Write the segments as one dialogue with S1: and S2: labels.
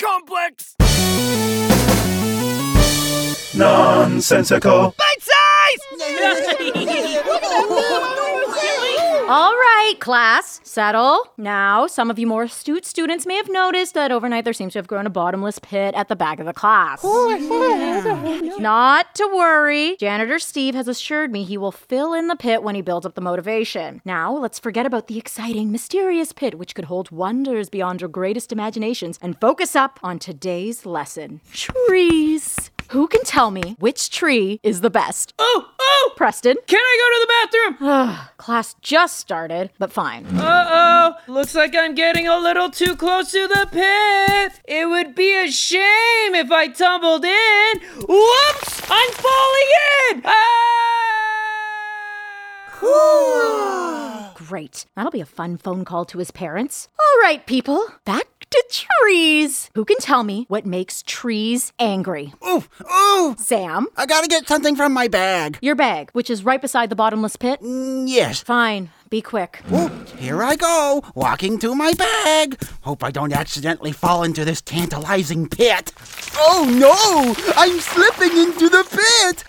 S1: Sharks!
S2: Nonsensical.
S1: Bite size!
S3: All right, class, settle. Now, some of you more astute students may have noticed that overnight there seems to have grown a bottomless pit at the back of the class. Not to worry. Janitor Steve has assured me he will fill in the pit when he builds up the motivation. Now, let's forget about the exciting, mysterious pit which could hold wonders beyond your greatest imaginations and focus up on today's lesson trees. Who can tell me which tree is the best?
S1: Oh, oh!
S3: Preston?
S1: Can I go to the bathroom?
S3: Class just started, but fine.
S1: Uh oh! Looks like I'm getting a little too close to the pit! It would be a shame if I tumbled in! Whoops! I'm falling in! Ah!
S3: Great. That'll be a fun phone call to his parents. All right, people, back to trees. Who can tell me what makes trees angry?
S4: Ooh, ooh!
S3: Sam,
S4: I gotta get something from my bag.
S3: your bag, which is right beside the bottomless pit.
S4: Mm, Yes.
S3: Fine, be quick.
S4: Ooh, here I go, walking to my bag. Hope I don't accidentally fall into this tantalizing pit. Oh no! I'm slipping into the pit!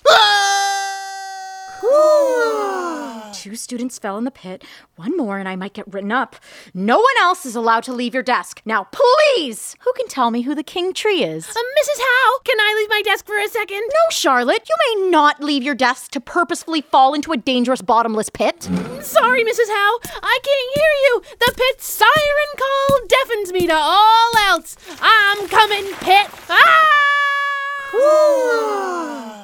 S4: Ah!
S3: Two students fell in the pit. One more, and I might get written up. No one else is allowed to leave your desk. Now, please! Who can tell me who the king tree is?
S5: Uh, Mrs. Howe, can I leave my desk for a second?
S3: No, Charlotte, you may not leave your desk to purposefully fall into a dangerous bottomless pit.
S5: Sorry, Mrs. Howe, I can't hear you. The pit's siren call deafens me to all else. I'm coming, pit. Ah!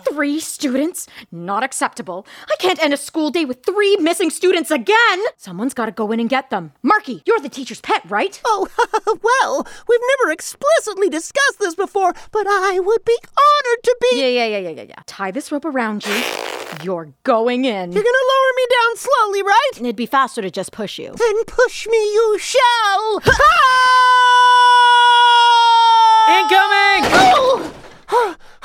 S3: Three students? Not acceptable. I can't end a school day with three missing students again! Someone's gotta go in and get them. Marky, you're the teacher's pet, right?
S6: Oh, well, we've never explicitly discussed this before, but I would be honored to be.
S3: Yeah, yeah, yeah, yeah, yeah, yeah. Tie this rope around you. You're going in.
S6: You're gonna lower me down slowly, right?
S3: It'd be faster to just push you.
S6: Then push me, you shall.
S1: Incoming!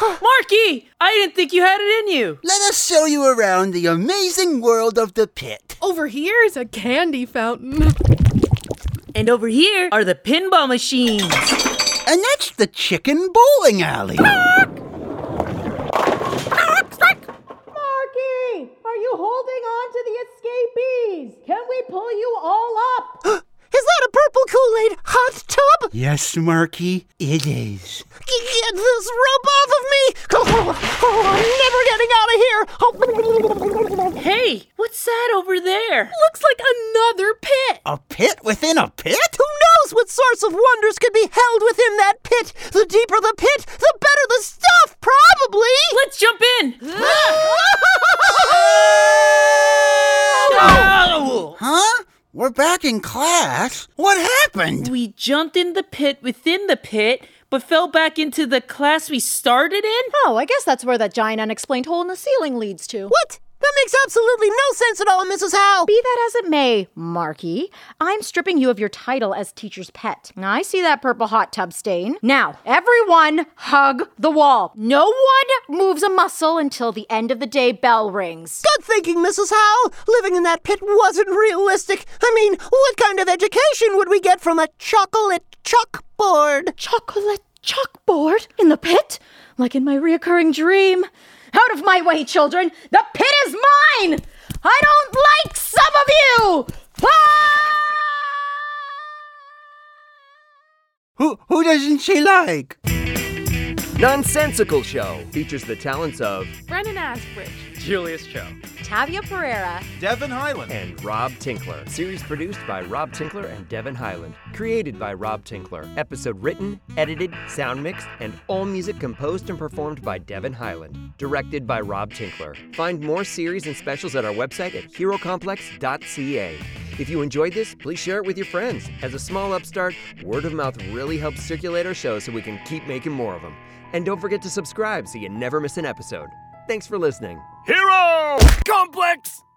S1: Marky! I didn't think you had it in you!
S4: Let us show you around the amazing world of the pit.
S5: Over here is a candy fountain.
S1: And over here are the pinball machines!
S4: And that's the chicken bowling alley.
S3: Marky! Are you holding on to the escapees? Can we pull you all up?
S6: Is that a purple Kool-Aid hot tub?
S4: Yes, Marky, it is.
S6: Get this rope off of me! Oh, I'm never getting out of here! Oh.
S1: Hey, what's that over there?
S5: Looks like another pit.
S4: A pit within a pit?
S6: Who knows what sorts of wonders could be held within that pit? The deeper the pit, the better the stuff, probably! Oh,
S1: Let's jump in!
S4: Huh? We're back in class? What happened?
S1: We jumped in the pit within the pit, but fell back into the class we started in?
S3: Oh, I guess that's where that giant unexplained hole in the ceiling leads to.
S6: What? That makes absolutely no sense at all, Mrs. Howe!
S3: Be that as it may, Marky, I'm stripping you of your title as teacher's pet. I see that purple hot tub stain. Now, everyone hug the wall. No one moves a muscle until the end of the day bell rings.
S6: Good thinking, Mrs. Howe! Living in that pit wasn't realistic. I mean, what kind of education would we get from a chocolate chalkboard?
S3: Chocolate chalkboard in the pit? Like in my reoccurring dream. Out of my way, children! The pit is mine! I don't like some of you!
S4: Who, who doesn't she like?
S7: Nonsensical Show features the talents of
S5: Brennan Asbridge.
S7: Julius Cho
S3: Tavia Pereira.
S2: Devin Highland.
S7: and Rob Tinkler. Series produced by Rob Tinkler and Devin Highland. Created by Rob Tinkler. Episode written, edited, sound mixed, and all music composed and performed by Devin Highland. Directed by Rob Tinkler. Find more series and specials at our website at herocomplex.ca. If you enjoyed this, please share it with your friends. As a small upstart, word of mouth really helps circulate our show so we can keep making more of them. And don't forget to subscribe so you never miss an episode. Thanks for listening.
S1: Hero! Complex!